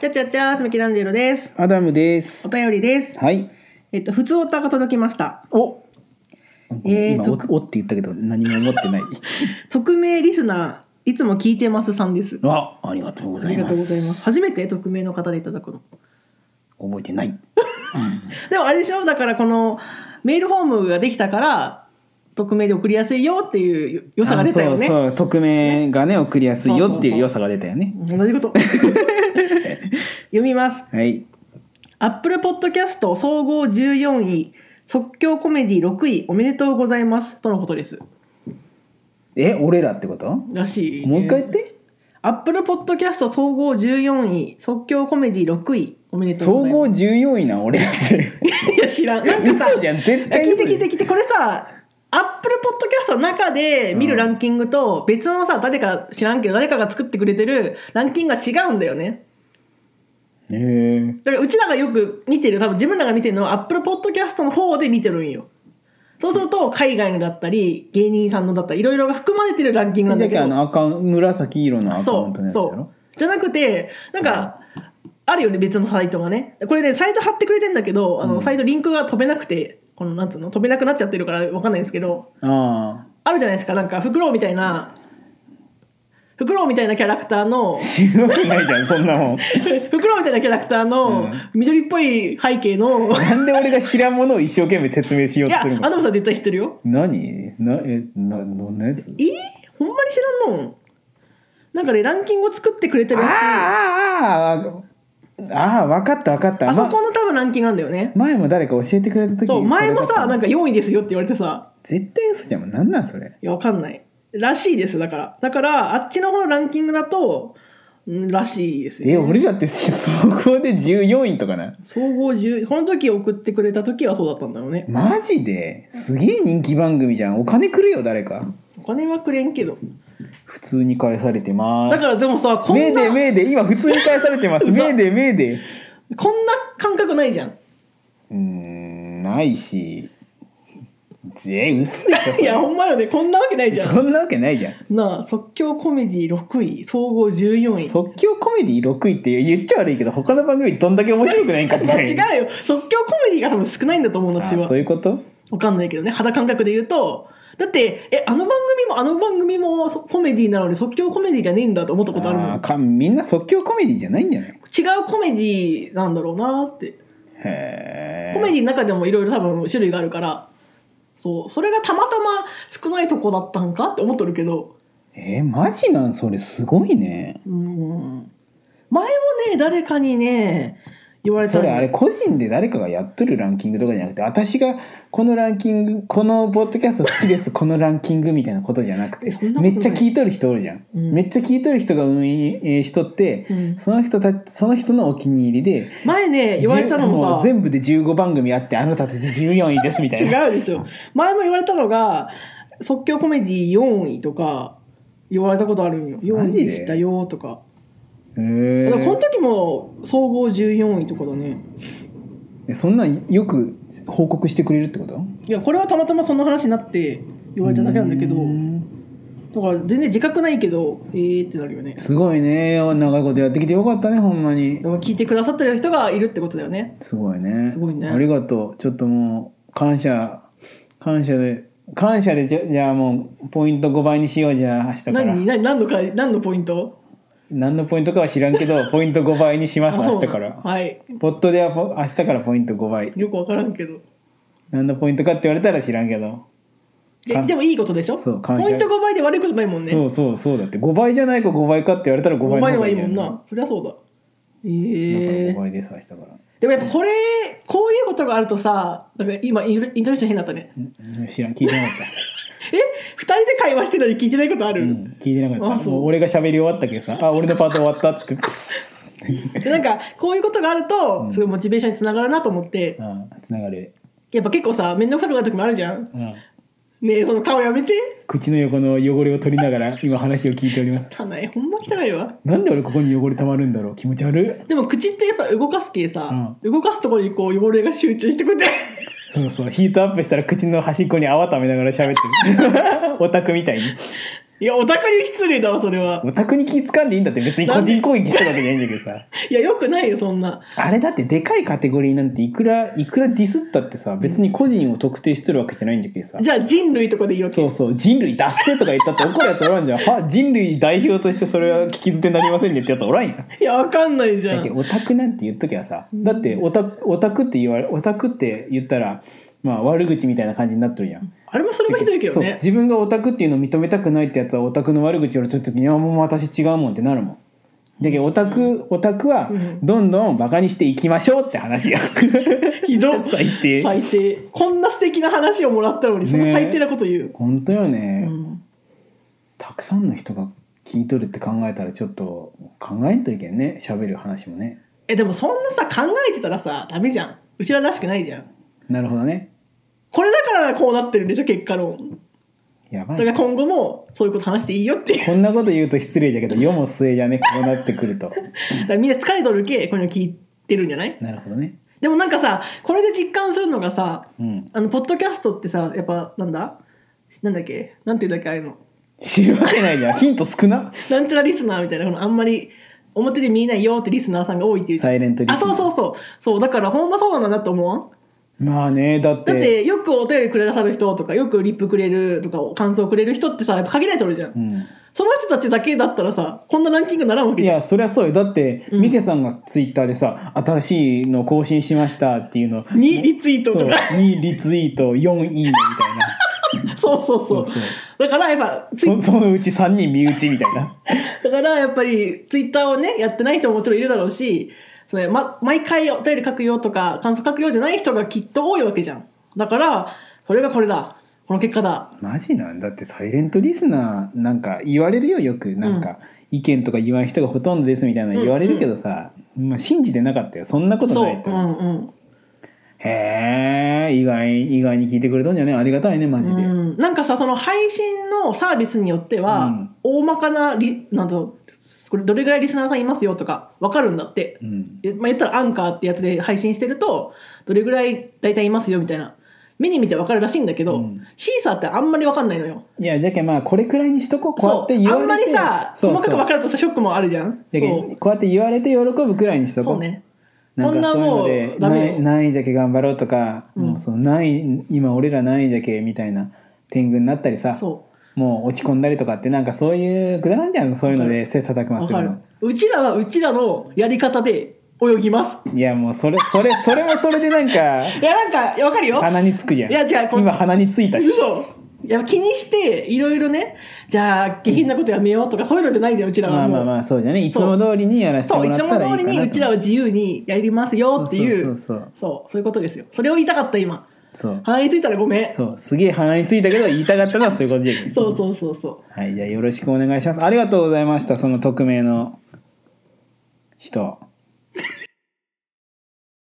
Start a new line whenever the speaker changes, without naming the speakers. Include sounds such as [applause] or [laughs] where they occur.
チャチャチャー、すみきらんじろです。
アダムです
お。便りです。
はい。
えっと、普通オタが届きました。
お。
えー
今
と
おおって言ったけど何も思ってない。
匿名リスナー、いつも聞いてますさんです。
[laughs] あ、ありがとうご
あ
ざ
り
い
が
ます。
とうございます。初めて匿名の方でいただくの。
覚えてない。
でもあれでしょだからこのメールフォームができたから、匿名で送りやすいよっていう良さが出たよね。
あそうそう匿名がね送りやすいよっていう良さが出たよね。
同じこと。 [laughs] 読みます。
はい。
Apple Podcast 総合14位、即興コメディ6位、おめでとうございます。とのことです。
え、俺らってこと？
らしいね、
もう一回言って。
Apple Podcast 総合14位、即興コメディ6位、おめでとう
総
ございま
合14位な俺らって。
す。 [laughs] いや、知らん。なんかさ、
嘘じゃん。絶対
聞いて
嘘
聞いて聞いて、これさ、Apple Podcast の中で見るランキングと、別のさ、誰か知らんけど、誰かが作ってくれてるランキングが違うんだよね。
へえ。
だからうちらがよく見てる多分自分らが見てるのはアップルポッドキャストの方で見てるんよそうすると海外のだったり芸人さんのだったりいろいろが含まれてるランキングなんだ
だ
け
け
ど
あのアカウン紫色のアカウ
そ
ントの
う
やつや
そう
ろ。
じゃなくてなんか、あるよね別のサイトがねこれねサイト貼ってくれてんだけどあの、
うん
サイトリンクが飛べなくてこのなんつうの飛べなくなっちゃってるからわかんないんですけど
あ
あるじゃないですかなんかフクロウみたいなフクロウみたいなキャラクターの [laughs]
[laughs] あ。知るわけないじゃんそんなもん。
フクロウみたいなキャラクター
う
の
ん
緑っぽい背景の、い
なんで俺が知らんものを一生懸命説明しようと
や
する
アダ
の
ムさん絶対知ってるよ
何なえなどんなやつ
えー、ほんまに知らんのなんかねランキングを作ってくれて
あ
るや
ああああああ分かった分かっ
つ
た
あそ
ま
この多分ランキングなんだよね、
前も誰か教えてくれた時に
そう前もさなんか
か
4位ですよって言われてさ
絶対嘘じゃんなんなんそれ
いやわかんないらしいですだからだからあっちの方のランキングだとんらしいですよ、ね、
え俺らってそこで14位とかな
総合10この時送ってくれた時はそうだったんだよね
マジですげえ人気番組じゃんお金くれよ誰か
お金はくれんけど
普通に返されてま
だ
す
からでもさこ
め
ん
で
な
めで今普通に返されてます
[laughs] 嘘
めでめで
こんな感覚ないじゃん
うーんないしえ嘘でしょそれ
いやほんまよねこんなわけないじゃん
そんなわけないじゃん
なあ即興コメディ6位総合14位
即興コメディ6位って言っちゃ悪いけど他の番組どんだけ面白くないんかっ
[laughs]
て
いや違うよ即興コメディが多分少ないんだと思うの私
あ
は
そういうこと
わかんないけどね肌感覚で言うとだってえあの番組もあの番組もそコメディなのに即興コメディじゃねえんだと思ったことあるもん
あーかみんな即興コメディじゃないんじゃない
違うコメディなんだろうなって
へ
コメ
デ
ディの中でもいろいろ多分種類があるからそうそれがたまたま少ないとこだったんかって思っとるけど
えー、マジなんそれすごいね
うん前もね誰かにね言われた
そ
ん
れ
だ
あれ個人で誰かがやっとるランキングとかじゃなくて私がこのランキングこのポッドキャスト好
[laughs]
きですこのランキングみたいなことじゃなく
え
て
そんなことな
め
い
っちゃ聞いとる人おるじゃん、
うん
めっちゃ聞いとる人が運営しとって、
うん
その人たその人のお気に入りで
前ね [laughs] 言われたの
も
もさ
う全部で15番組あってあなたたち14位ですみたいな
違うでしょ前も言われたのが即興コメディ4位とか言われたことあるんよ4
マ
位
ジで
でしたよとか
へ
だからこの
ー
時も総合14位とかだね
えそんなんよく報告してくれるってこと
いやこれはたまたまそんな話になって言われただけなんだけど
うーん
だから全然自覚ないけどえーってなるよね
すごいね長いことやってきてよかったねほんまに
でも聞いてくださってる人がいるってことだよね
すごいね
すごいね
ありがとうちょっともう感謝感謝で感謝でじゃじゃあもうポイント5倍にしようじゃあ明日から
何何何のか何のポイント
何のポイントかは知らん
[laughs]
けどポイント5倍にします
あそ
明
う
日
なの
から
はい
ポットではポ明日からポイント5倍
よく分からんけど
何のポイントかって言われたら知らんけど
で
か
でもいいことでしょ
そう感謝
ポイント5倍で悪いことないもんね
そうそうそうだって5倍じゃないか5倍かって言われたら5
5
倍
倍の方がい
の方がい
い
い
もん
んだよ
なそりゃそうだえ
ね
え
だから5倍です明日から
でもやっぱこれこういうことがあるとさなんか今イントネイントネーション変だったね
うん知らん聞いてなかっ
え二人で会話してるのに聞いてないことあ
た、
る、
[laughs] うん、聞いてなかっ
あ
た
そう
もう俺が喋り終わったけどさあ俺のパート終わったっつってプスッ
でなんかこういうことがある
う
と
ん
すごいモチベーションにつながるなと思って
あつながる
やっぱ結構さ面倒くさくなる時もあるじゃん
うん
ねえその顔やめて
口の横の汚れを取りながら今話を聞いております
汚いほんま汚いわ
なんで俺ここに汚れたまるんだろう気持ち悪
でも口ってやっぱ動かす系さ、動かすところにこう汚れが集中してくれて [laughs]
い [laughs] そうそうヒートアップしたら口の端っこに泡溜めながら喋ってるオタクみたいに
いや、オタクに失礼だわ、それは。
オタクに気掴んでいいんだって別に個人攻撃してるわけじゃないんだけどさ
いや、よくないよ、そんな。
あれだってでかいカテゴリーなんていくらいくらディスったってさ別に個人を特定してるわけじゃないんだけどさ
じゃあ、人類とかでいいわけ。
そうそう人類出せとか言ったって怒るやつおらんじゃんは人類代表としてそれは聞き捨てになりませんねってやつおらんやん
いや、わかんないじゃ
だけ
ん。
どオタクなんて言っときゃさだってオタオタクって言われオタクって言ったらまあ悪口みたいな感じになっとるやん
あれもそれもひどいけど
そう
ね。
自分がオタクっていうのを認めたくないってやつはオタクの悪口言われてる時に「いやもう私違うもん」ってなるもん。だけどオタクオタクは
うん
どんどんバカにしていきましょうって話や
[laughs] ひどい。
最低
最低。こんな素敵な話をもらったのに、その最低なこと言う。
本当よね、
うん
たくさんの人が聞いとるって考えたらちょっと考えんといけんね喋る話もね
え、でもそんなさ、考えてたらさ、ダメじゃん。うちららしくないじゃん。
なるほどね
これだからこうなってるんでしょ、結果論。
やば
だ
い
か
ね
ら今後もそういうこと話していいよっていう。
こんなこと言うと失礼じゃけど世も末じゃねこうなってくると
だからみんな疲れとるけ、こういうの聞いてるんじゃない
なるほどね
でもなんかさ、これで実感するのがさ、
うん
あの、ポッドキャストってさ、やっぱ、なんだなんだっけなんていうんだっけああいうの。
知るわけないじゃんヒント少な
なんちゃらリスナーみたいな、このあんまり表で見えないよってリスナーさんが多いっていうじゃん
サイレントリスナー
あ、そうそうそう。そう、だからほんまそうなんだなって思わん
まあねだって
だってよくお便りくださる人とか、よくリップくれるとか、感想くれる人ってさ、やっぱ限られてるじゃん。
うん
その人たちだけだったらさ、こんなランキングならんわけ
い
じゃん。
やそりゃそうよだって、
うん
ミケさんがツイッターでさ「新しいの更新しました」っていうの
2リツイートとか。
そう2リツイート4いいねみた
[laughs]
いな
そうそうそう
そうそう
だからやっぱ、ツイ
そそのうち3人身内みたいな
だからやっぱりツイッターをねやってない人ももちろんいるだろうしその、ま、毎回お便り書くよとか感想書くよじゃない人がきっと多いわけじゃんだからそれがこれだこの結果だ
マジなんだってサイレントリスナーなんか言われるよよくなんか、意見とか言わん人がほとんどですみたいな言われるけどさ、まあ、信じてなかったよそんなこと
そう
な
う
いと、
んうん
へえ意外意外に聞いてくれたんじゃねありがたいねマジで、
うん、なんかさその配信のサービスによっては、
うん
大まかなリなんだろうこれどれぐらいリスナーさんいますよとか分かるんだって
うん
えまあ、言ったらアンカーってやつで配信してるとどれぐらい大体いますよみたいな目に見て分かるらしいんだけど、
うん
シーサーってあんまり分かんないのよ
いやじゃけまあこれくらいにしとこうこうや
そ
っ
う
て言わ
あんま
れ
り
て
さ
そうそう
細かく分かるとさショックもあるじゃん
だけ
そ
ど
う
こうやって言われて喜ぶくらいにしとこう
そうね
なんかそういうので
こんなもうダメよ
何位何位じゃけ頑張ろうとか、
うん
もうその何位今俺ら何位じゃけみたいな天狗になったりさ
そ
もう落ち込んだりとかってなんかそういうくだらんじゃんそういうので切磋琢
う
磨
分
す
か
る
る
の
うちらはうちらのやり方で泳ぎます
いやもうそれそれそれはそれでなん
[laughs]
か
いやなんか分かるよ
鼻につくじゃん
いや違うこん
今鼻についたし
嘘いや気にしていろいろねじゃあ下品なことやめようとかそういうのじゃないじゃんうちら
ま
は
あ
もう、
まあまあそうじゃねいつも通りにやらせて
そ
も
うい
らっ
つ
た
も
らいいかな
通りにうちらは自由にやりますよっていう
そうそうそう
そうそういうことですよそれを言いたかった今
そうそう
鼻についたらごめんそ
そうすげえ鼻についたけど言いたかったのはそういうことじゃけん
うそうそうそう
はい、じゃあよろしくお願いします。ありがとうございました、その匿名の人。